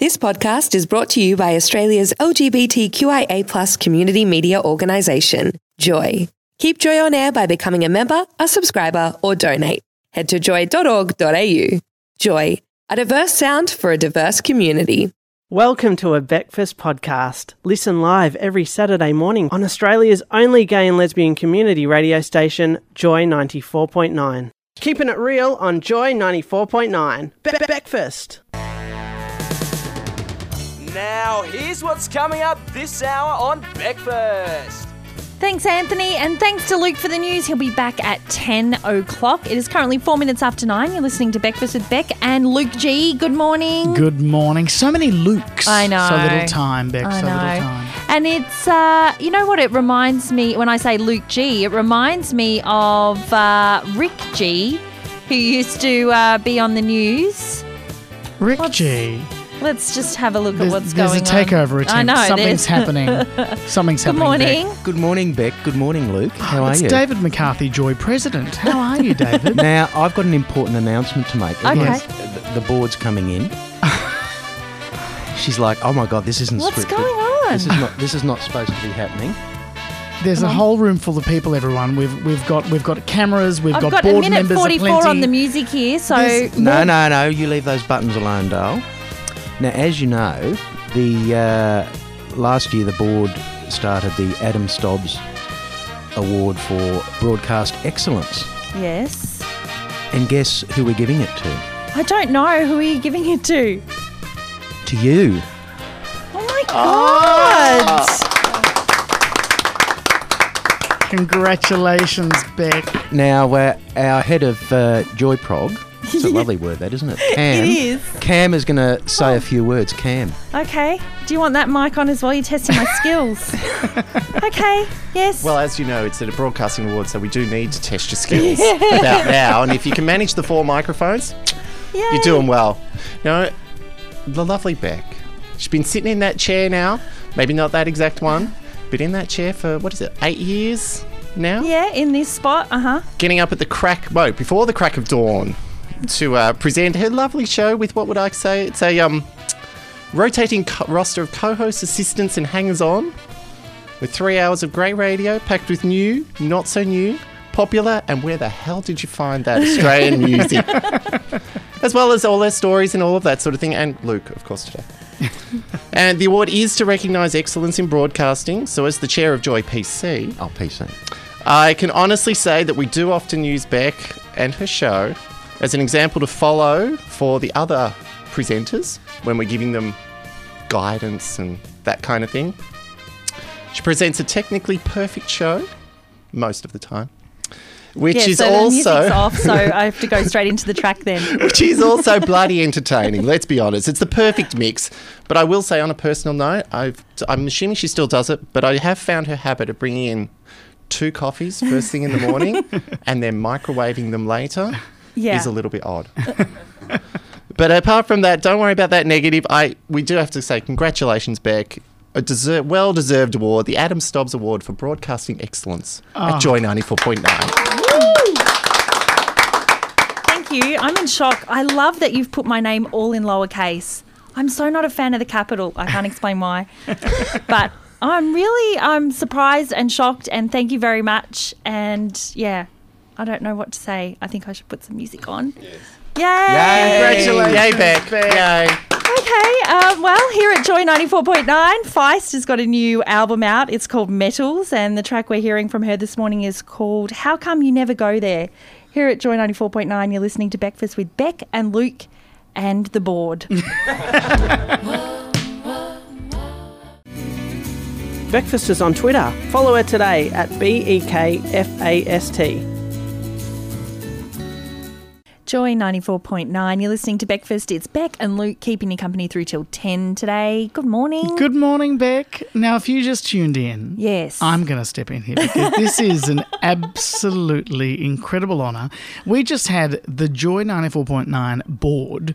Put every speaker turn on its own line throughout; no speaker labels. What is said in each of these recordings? This podcast is brought to you by Australia's LGBTQIA community media organisation, Joy. Keep Joy on air by becoming a member, a subscriber, or donate. Head to joy.org.au. Joy, a diverse sound for a diverse community.
Welcome to a Breakfast podcast. Listen live every Saturday morning on Australia's only gay and lesbian community radio station, Joy 94.9. Keeping it real on Joy 94.9. Breakfast.
Now, here's what's coming up this hour on Breakfast.
Thanks, Anthony, and thanks to Luke for the news. He'll be back at 10 o'clock. It is currently four minutes after nine. You're listening to Breakfast with Beck and Luke G. Good morning.
Good morning. So many Lukes.
I know.
So little time, Beck.
I
so
know.
little time.
And it's, uh, you know what it reminds me, when I say Luke G, it reminds me of uh, Rick G, who used to uh, be on the news.
Rick
What's
G.
Let's just have a look
There's,
at what's
there's
going
a
on.
takeover attempt.
I know.
Something's
there's-
happening. Something's
Good
happening. Beck.
morning.
Good morning, Beck. Good morning, Luke.
Oh,
How are
It's
you?
David McCarthy, Joy President. How are you, David?
Now, I've got an important announcement to make.
Okay.
Yes, th- The board's coming in. She's like, "Oh my god, this isn't
What's
scripted.
going on?
This is not this is not supposed to be happening."
There's a whole room full of people. Everyone. We've we've got we've got cameras. We've
I've
got,
got, a
board
minute
members
44
aplenty.
on the music here, so
There's-
No, no, no. You leave those buttons alone, Dale. Now, as you know, the uh, last year the board started the Adam Stobbs Award for Broadcast Excellence,
yes.
and guess who we're giving it to?
I don't know. Who are you giving it to?
To you.
Oh my god!
Congratulations, Beck.
Now, uh, our head of uh, Joy Prog. It's a lovely word, that isn't it? Cam.
It is.
Cam is going to say a few words. Cam.
Okay. Do you want that mic on as well? You're testing my skills. okay. Yes.
Well, as you know, it's at a broadcasting award, so we do need to test your skills about now. And if you can manage the four microphones,
Yay.
you're doing well. Now, the lovely Beck, she's been sitting in that chair now, maybe not that exact one, but in that chair for, what is it, eight years now?
Yeah, in this spot. Uh huh.
Getting up at the crack, well, before the crack of dawn to uh, present her lovely show with, what would I say, it's a um, rotating co- roster of co-hosts, assistants and hangers-on with three hours of great radio packed with new, not so new, popular, and where the hell did you find that Australian music? as well as all their stories and all of that sort of thing, and Luke, of course, today. and the award is to recognise excellence in broadcasting. So, as the chair of Joy PC,
Oh, PC.
I can honestly say that we do often use Beck and her show as an example to follow for the other presenters when we're giving them guidance and that kind of thing. She presents a technically perfect show most of the time, which
yeah,
is
so the music's
also
off, so I have to go straight into the track then.
which is also bloody entertaining. Let's be honest, it's the perfect mix. But I will say, on a personal note, I've, I'm assuming she still does it, but I have found her habit of bringing in two coffees first thing in the morning and then microwaving them later
Yeah.
is a little bit odd. but apart from that, don't worry about that negative. I we do have to say congratulations, Beck. A deser well-deserved award, the Adam Stobbs Award for Broadcasting Excellence at Joy 94.9.
Thank you. I'm in shock. I love that you've put my name all in lowercase. I'm so not a fan of the capital. I can't explain why. but I'm really I'm surprised and shocked and thank you very much. And yeah, I don't know what to say. I think I should put some music on. Yay!
Yay, Beck. Yay.
Okay, um, well, here at Joy 94.9, Feist has got a new album out. It's called Metals, and the track we're hearing from her this morning is called How Come You Never Go There. Here at Joy 94.9, you're listening to Breakfast with Beck and Luke and the board.
Breakfast is on Twitter. Follow her today at B E K F A S T.
Joy 94.9, you're listening to Breakfast. It's Beck and Luke keeping you company through till 10 today. Good morning.
Good morning, Beck. Now, if you just tuned in,
Yes.
I'm going to step in here because this is an absolutely incredible honour. We just had the Joy 94.9 board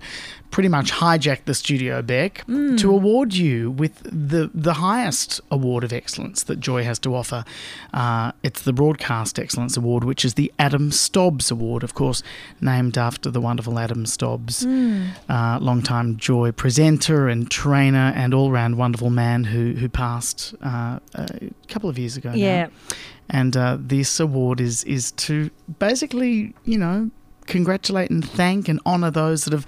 pretty much hijacked the studio, Beck,
Mm.
to award you with the the highest award of excellence that Joy has to offer. Uh, it's the Broadcast Excellence Award, which is the Adam Stobbs Award, of course, named after the wonderful Adam Stobbs,
Hmm.
uh, longtime Joy presenter and trainer and all round wonderful man who who passed uh, a couple of years ago. now.
Yeah.
And uh, this award is is to basically, you know, congratulate and thank and honour those that have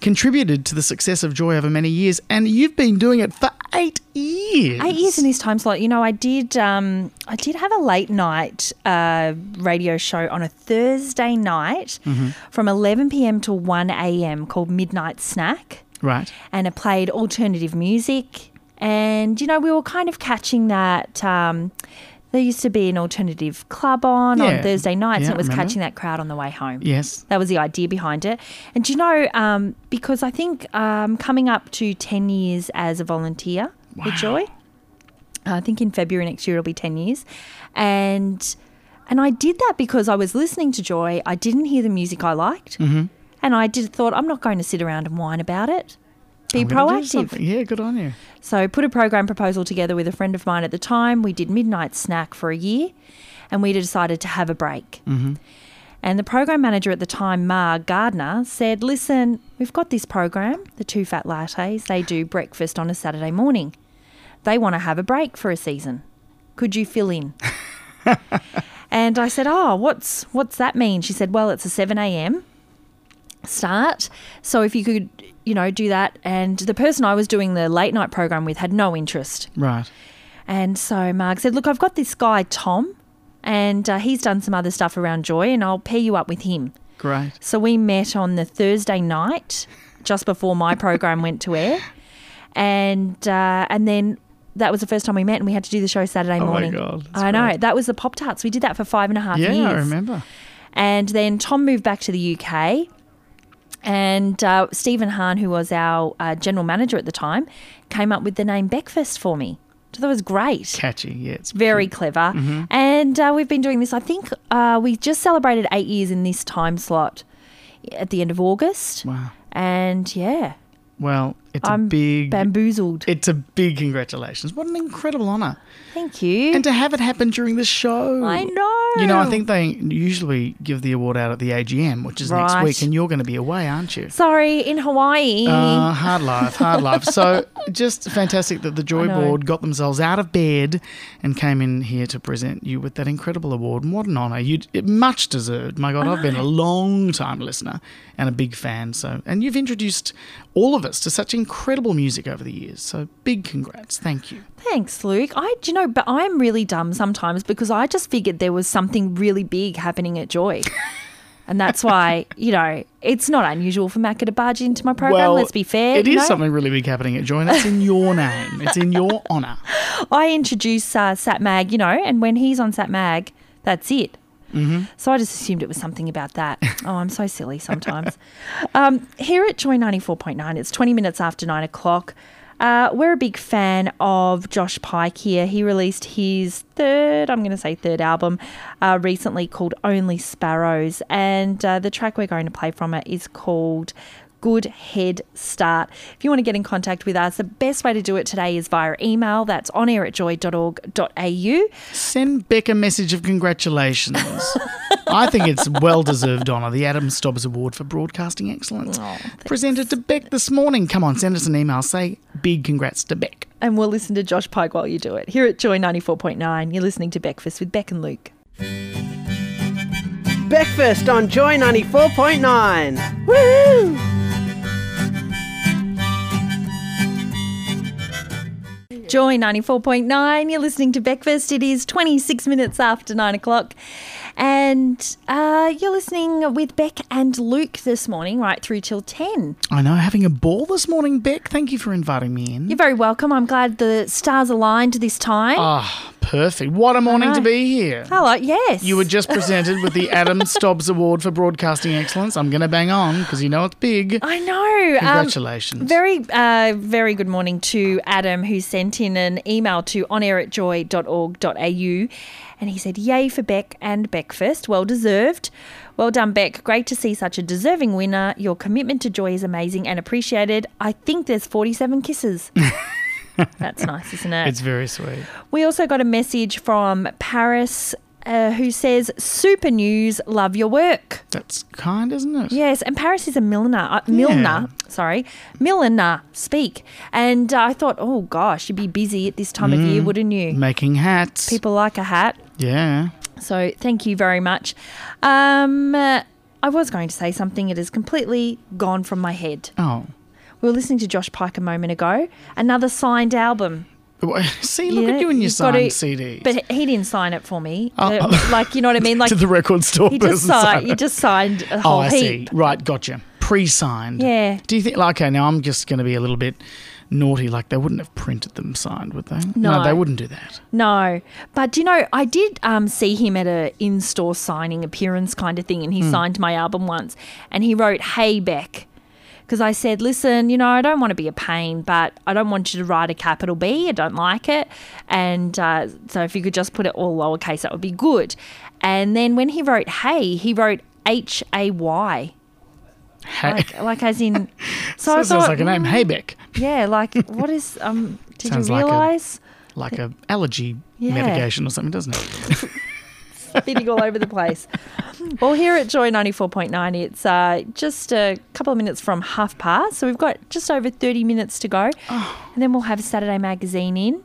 contributed to the success of Joy over many years. And you've been doing it for eight years.
Eight years in this time slot. You know, I did. Um, I did have a late night uh, radio show on a Thursday night
Mm-hmm.
from 11 p.m. to 1 a.m. called Midnight Snack,
Right.
and it played alternative music. And you know, we were kind of catching that. Um, there used to be an alternative club on
Yeah.
on Thursday nights,
Yeah,
and it was
remember.
catching that crowd on the way home.
Yes.
That was the idea behind it. And do you know, um, because I think um, coming up to 10 years as a volunteer with Joy, I think in February next year it'll be 10 years. And and I did that because I was listening to Joy. I didn't hear the music I liked.
Mm-hmm.
And I did thought, I'm not going to sit around and whine about it. Be
I'm gonna do something.
proactive.
Yeah, good on you.
So put a program proposal together with a friend of mine at the time. We did midnight snack for a year, and we decided to have a break. Mm-hmm. And the program manager at the time, Ma Gardner, said, "Listen, we've got this program, the Two Fat Lattes. They do breakfast on a Saturday morning. They want to have a break for a season. Could you fill in?" and I said, "Oh, what's what's that mean?" She said, "Well, it's a seven a.m." start. So if you could, you know, do that. And the person I was doing the late night program with had no interest.
Right.
And so Mark said, Look, I've got this guy, Tom, and uh, he's done some other stuff around Joy, and I'll pair you up with him.
Great.
So we met on the Thursday night, just before my program went to air. And, uh, and then that was the first time we met, and we had to do the show Saturday
Oh my
morning.
God, that's
I know.
great.
That was the Pop Tarts. We did that for five and a half
Yeah,
years.
I remember.
And then Tom moved back to the UK. And uh, Stephen Hahn, who was our uh, general manager at the time, came up with the name Beckfest for me. So that was great.
Catchy. Yeah, it's
Very clever.
Mm-hmm.
And uh, we've been doing this, I think uh, we just celebrated eight years in this time slot at the end of August.
Wow.
And yeah,
Well, it's a
I'm
big.
bamboozled.
it's a big congratulations. What an incredible honour.
Thank you.
And to have it happen during the show.
I know.
You know, I think they usually give the award out at the AGM, which is next
Right.
week, and you're going to be away, aren't you?
Sorry, in Hawaii.
Uh, hard life, hard life. So just fantastic that the Joy
know.
Board got themselves out of bed and came in here to present you with that incredible award. And what an honour! You it- much deserved. My God, I've been a long time listener and a big fan. So, and you've introduced all of us to such incredible music over the years. So big congrats, thank you.
Thanks, Luke. I, do you know, but I'm really dumb sometimes because I just figured there was something really big happening at Joy. and that's why, you know, it's not unusual for Macca to barge into my program, let's be fair.
It is
you know?
something really big happening at Joy. And it's in your name. It's in your honour.
I introduce uh, Sat Mag, you know, and when he's on Sat Mag, that's it.
Mm-hmm.
So I just assumed it was something about that. Oh, I'm so silly sometimes. um, here at Joy 94.9, it's 20 minutes after 9 o'clock. Uh, we're a big fan of Josh Pike here. He released his third, I'm going to say third album uh, recently called Only Sparrows. And uh, the track we're going to play from it is called Good Head Start. If you want to get in contact with us, the best way to do it today is via email. That's on air at joy.org.au.
Send Beck a message of congratulations. I think it's well deserved honour, the Adam Stobbs Award for Broadcasting Excellence.
Oh,
Presented to Beck this morning. Come on, send us an email. Say big congrats to Beck.
and we'll listen to Josh Pike while you do it. Here at Joy 94.9, you're listening to Breakfast with Beck and Luke.
Breakfast on Joy 94.9.
Woo! Joy 94.9, you're listening to Breakfast. It is 26 minutes after 9 o'clock. And uh, you're listening with Beck and Luke this morning, right through till 10.
I know, having a ball this morning, Beck. Thank you for inviting me in.
You're very welcome. I'm glad the stars aligned this time.
Ah, perfect. What a morning to
know.
be here.
Hello, yes.
You were just presented with the Adam Stobbs Award for Broadcasting Excellence. I'm going to bang on because you know it's big.
I know. um,
Congratulations.
very, uh, very good morning to Adam, who sent in an email to onair@joy.org.au, and he said, "Yay for Beck and Beckfest, well deserved. Well done, Beck. Great to see such a deserving winner. Your commitment to joy is amazing and appreciated. I think there's 47 kisses." That's nice, isn't it?
it's very sweet.
We also got a message from Paris uh, who says, Super news, love your work.
That's kind, isn't it?
Yes, and Paris is a milliner, uh, Milner, sorry, milliner, speak. And uh, I thought, oh gosh, you'd be busy at this time of
Mm,
year, wouldn't you?
Making hats.
People like a hat.
Yeah.
So thank you very much. Um, uh, I was going to say something, it has completely gone from my head.
Oh.
We were listening to Josh Pike a moment ago, another signed album.
See, look
Yeah,
at you and your
you've gotta-
signed CDs.
But he didn't sign it for me.
Oh,
The-
oh.
Like, you know what I mean? Like
to the record store
He just
person.
signed.
signed
You
it.
just signed a
Oh,
whole
I see.
heap.
Right, gotcha. Pre-signed.
Yeah.
Do you think? like, Okay, now I'm just going to be a little bit naughty. Like they wouldn't have printed them signed, would they?
No.
they wouldn't do that.
No, but do you know, I did um, see him at a in-store signing appearance kind of thing, and he
Hmm.
signed my album once, and he wrote "Hey Beck," because I said, "Listen, you know, I don't want to be a pain, but I don't want you to write a capital B. I don't like it, and uh, so if you could just put it all lowercase, that would be good." And then when he wrote "Hey," he wrote H A Y,
Hey,
like, like as in. So I
that sounds
thought, mm. "Hmm,
like a name. Haybeck,
Yeah, like what is um? Did
Sounds
you
like a-
realise
like a allergy
Yeah.
medication or something, doesn't it?
spinning all over the place? Well, here at Joy ninety four point nine, it's uh, just a couple of minutes from half past, so we've got just over thirty minutes to go, and then we'll have Saturday magazine in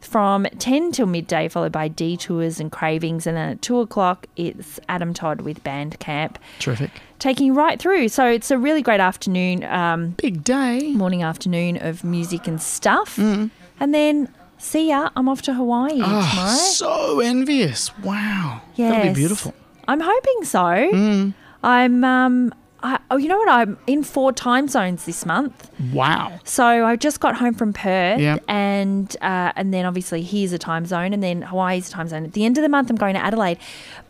from ten till midday, followed by detours and cravings, and then at two o'clock it's Adam Todd with Band Camp,
Terrific.
taking you right through. So it's a really great afternoon. Um,
Big day.
morning afternoon of music and stuff and then see ya i'm off to hawaii tomorrow
So envious. Wow. That'd
Yes.
be beautiful. Mm.
i'm hoping so i'm um I, oh, you know what? I'm in four time zones this month,
Wow.
so I just got home from Perth,
Yep.
and uh, and then obviously here's a time zone, and then Hawaii's a time zone. At the end of the month, I'm going to Adelaide,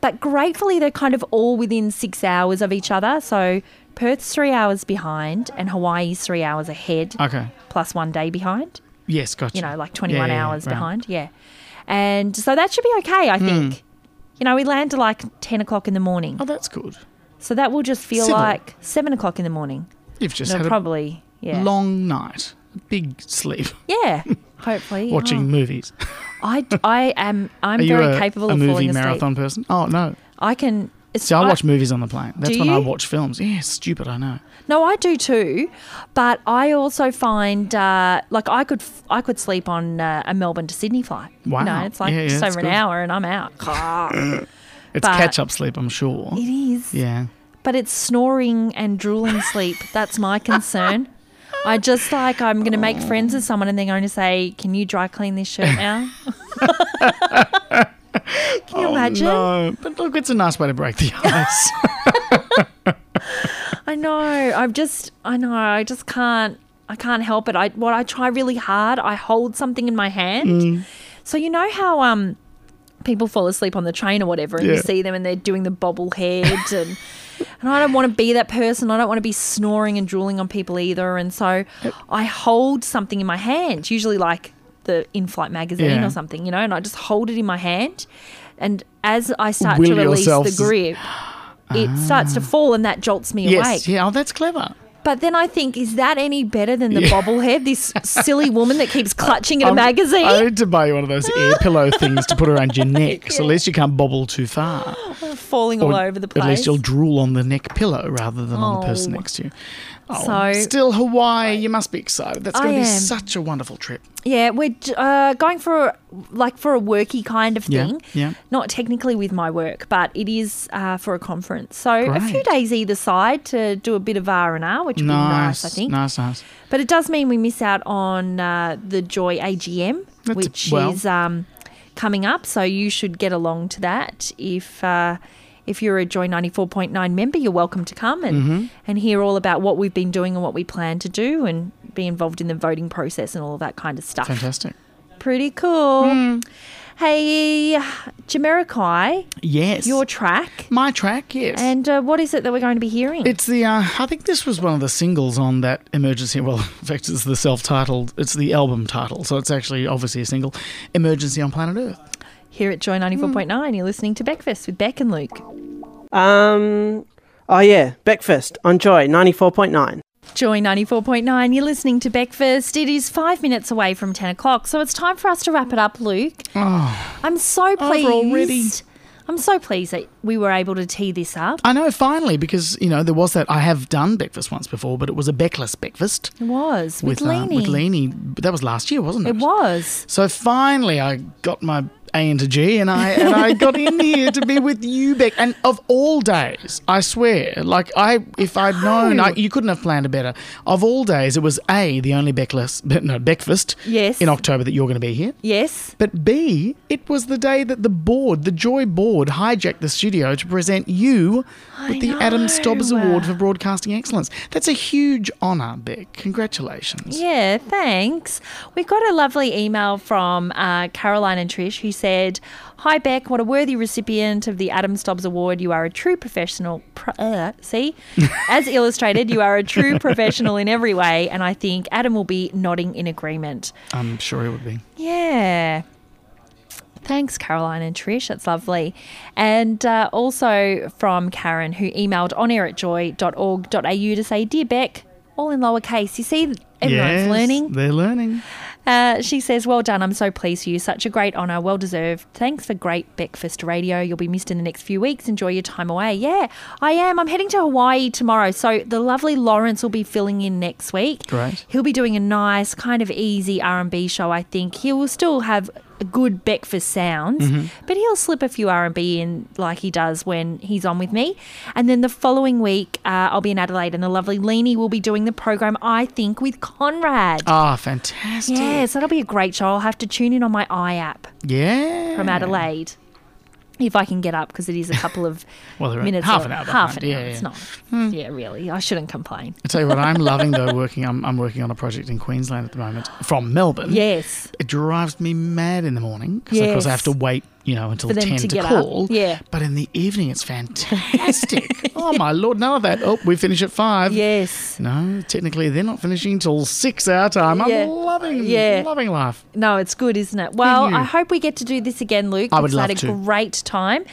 but gratefully they're kind of all within six hours of each other. So Perth's three hours behind, and Hawaii's three hours ahead,
Okay.
plus one day behind
Yes, gotcha.
you know, like 21
Yeah, yeah, yeah,
hours
right. Hmm.
behind. Yeah. And so that should be okay, I think. You know, we land at like 10 o'clock in the morning.
Oh, that's good.
So that will just feel
Civil.
like 7 o'clock in the morning.
You've just
No,
had a
probably. Yeah.
long night, a big sleep,
yeah. Hopefully.
watching
Oh.
movies.
I, I am, I'm
Are you
very
a,
capable
a
of
movie
falling asleep.
marathon person? Oh no.
I can. It's,
See, I watch movies on the plane. That's
Do
when I
you?
watch films. Yeah, stupid. I know.
No, I do too, but I also find uh, like I could f- I could sleep on uh, a Melbourne to Sydney flight.
Wow.
you know, it's like
Yeah, yeah,
just
that's
over
good.
an hour, and I'm out.
It's
But-
catch up sleep, I'm sure.
it is.
Yeah.
but it's snoring and drooling sleep. That's my concern. I just like I'm going to make friends with someone and they're going to say, "Can you dry clean this shirt now?" Can you imagine?
No, but look, it's a nice way to break the ice.
I know. I'm just. I know. I just can't. I can't help it. I what I try really hard. I hold something in my hand.
Mm.
So you know how um people fall asleep on the train or whatever, and you
Yeah.
see them and they're doing the bobblehead and. And I don't want to be that person. I don't want to be snoring and drooling on people either. And so I hold something in my hand, usually like the in flight magazine
Yeah.
or something, you know, and I just hold it in my hand. And as I start
Will
to release
yourself
the
s-
grip, it starts to fall and that jolts me
yes.
awake.
Yeah. Oh, that's clever.
But then I think, is that any better than the bobblehead? This silly woman that keeps clutching at a
I'm-
magazine.
I need to buy you one of those ear pillow things to put around your neck, so at least you can't bobble too far.
falling all over the place.
At least you'll drool on the neck pillow rather than on the person
Oh.
next to you. Oh,
So-
still Hawaii. You must be excited. That's going to
I
be
am.
such a wonderful trip.
yeah, we're j- uh, going for like for a worky kind of
Yeah,
thing.
yeah.
Not technically with my work, but it is uh, for a conference. So a few
Great.
days either side to do a bit of R and R, which would be nice, I think.
Nice, nice.
But it does mean we miss out on uh, the Joy AGM,
That's-
which
well.
is um, coming up. So you should get along to that. If uh, if you're a Joy ninety four point nine member, you're welcome to come and
Mm-hmm.
and hear all about what we've been doing and what we plan to do, and be involved in the voting process and all of that kind of stuff.
Fantastic.
Pretty cool. Hey, Jamiroquai,
Yes.
your track.
my track, yes.
And uh, what is it that we're going to be hearing?
Mm. It's the uh, I think this was one of the singles on that emergency. Well, in fact, it's the self-titled. It's the album title, so it's actually obviously a single. Emergency on Planet Earth.
Here at Joy 94.9, you're listening to Breakfast with Beck and Luke.
Um, oh yeah, Breakfast on Joy 94.9.
Joy 94.9, you're listening to Breakfast. It is five minutes away from 10 o'clock, so it's time for us to wrap it up, Luke. I'm so pleased.
already.
I'm so pleased that we were able to tee this up.
I know, finally, because you know there was that. I have done breakfast once before, but it was a Beckless breakfast
It was with,
uh,
Lainey.
with Leany. That was last year, wasn't
It
it?
was.
So finally, I got my A into G, and I and I got in here to be with you, Beck. And of all days, I swear, like I, if I'd known, I, you couldn't have planned it better. Of all days, it was A, the only Beckless, no, Beckfast,
Yes.
in October that you're going to be here.
Yes.
But B, it was the day that the board, the Joy board, hijacked the studio to present you with the Adam Stobbs
know.
Award for Broadcasting Excellence. That's a huge honour, Beck. Congratulations.
Yeah, thanks. We got a lovely email from uh, Caroline and Trish who said, Hi, Beck, what a worthy recipient of the Adam Stobbs Award. You are a true professional. Pro- uh, see? As illustrated, you are a true professional in every way, and I think Adam will be nodding in agreement.
I'm sure it would be.
Yeah. Thanks, Caroline and Trish. That's lovely. And uh, also from Karen, who emailed on air at joy.org.au to say, Dear Beck, all in lowercase. You see, everyone's
Yes,
learning.
They're learning.
Uh, she says, Well done. I'm so pleased for you. Such a great honour. Well deserved. Thanks for great breakfast radio. You'll be missed in the next few weeks. Enjoy your time away. Yeah, I am. I'm heading to Hawaii tomorrow. So the lovely Lawrence will be filling in next week.
Great.
He'll be doing a nice kind of easy R&B show, I think. He will still have a good breakfast sounds, but he'll slip a few R&B in like he does when he's on with me. And then the following week, uh, I'll be in Adelaide and the lovely Leanie will be doing the program, I think, with Conrad.
Ah, fantastic.
Yeah, so that'll be a great show. I'll have to tune in on my iApp
Yeah.
from Adelaide if I can get up because it is a couple of
Well, they're
minutes.
half
or-
an hour
Half
behind.
an
Yeah,
hour.
yeah. Hmm.
It's not. Yeah, really. I shouldn't complain.
I tell you what, I'm loving though working. I'm, I'm working on a project in Queensland at the moment from Melbourne.
Yes.
It drives me mad in the morning because of course I have to
Yes.
wait, you know, until
For them
ten
to
to,
get up.
call.
Yeah.
But in the evening, it's fantastic. oh my lord, none of that. Oh, we finish at five.
Yes.
No, technically they're not finishing till six our time. I'm
Yeah.
loving,
Yeah.
loving life.
No, it's good, isn't it? Well,
you.
I hope we get to do this again, Luke.
I would
We've had
love
a
to.
great time.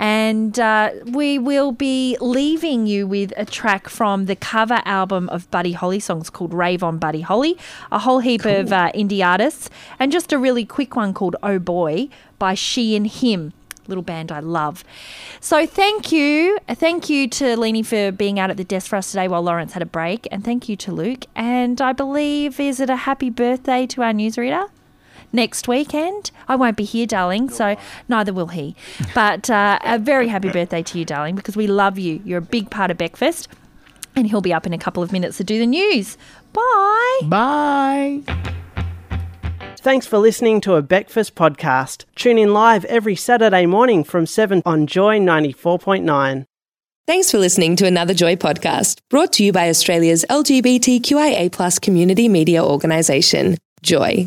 And uh, we will be leaving you with a track from the cover album of Buddy Holly songs called Rave on Buddy Holly, a whole heap of uh, indie artists, and just a really quick one called Oh Boy by She and Him. Little band I love. So thank you. Thank you to Leni for being out at the desk for us today while Lawrence had a break. And thank you to Luke. And I believe, is it a happy birthday to our newsreader? next weekend. I won't be here, darling, so neither will he. But uh, a very happy birthday to you, darling, because we love you. You're a big part of Breakfast, and he'll be up in a couple of minutes to do the news. Bye.
Bye.
Thanks for listening to a Breakfast podcast. Tune in live every Saturday morning from 7 on Joy 94.9.
Thanks for listening to another Joy podcast brought to you by Australia's LGBTQIA community media organisation, Joy.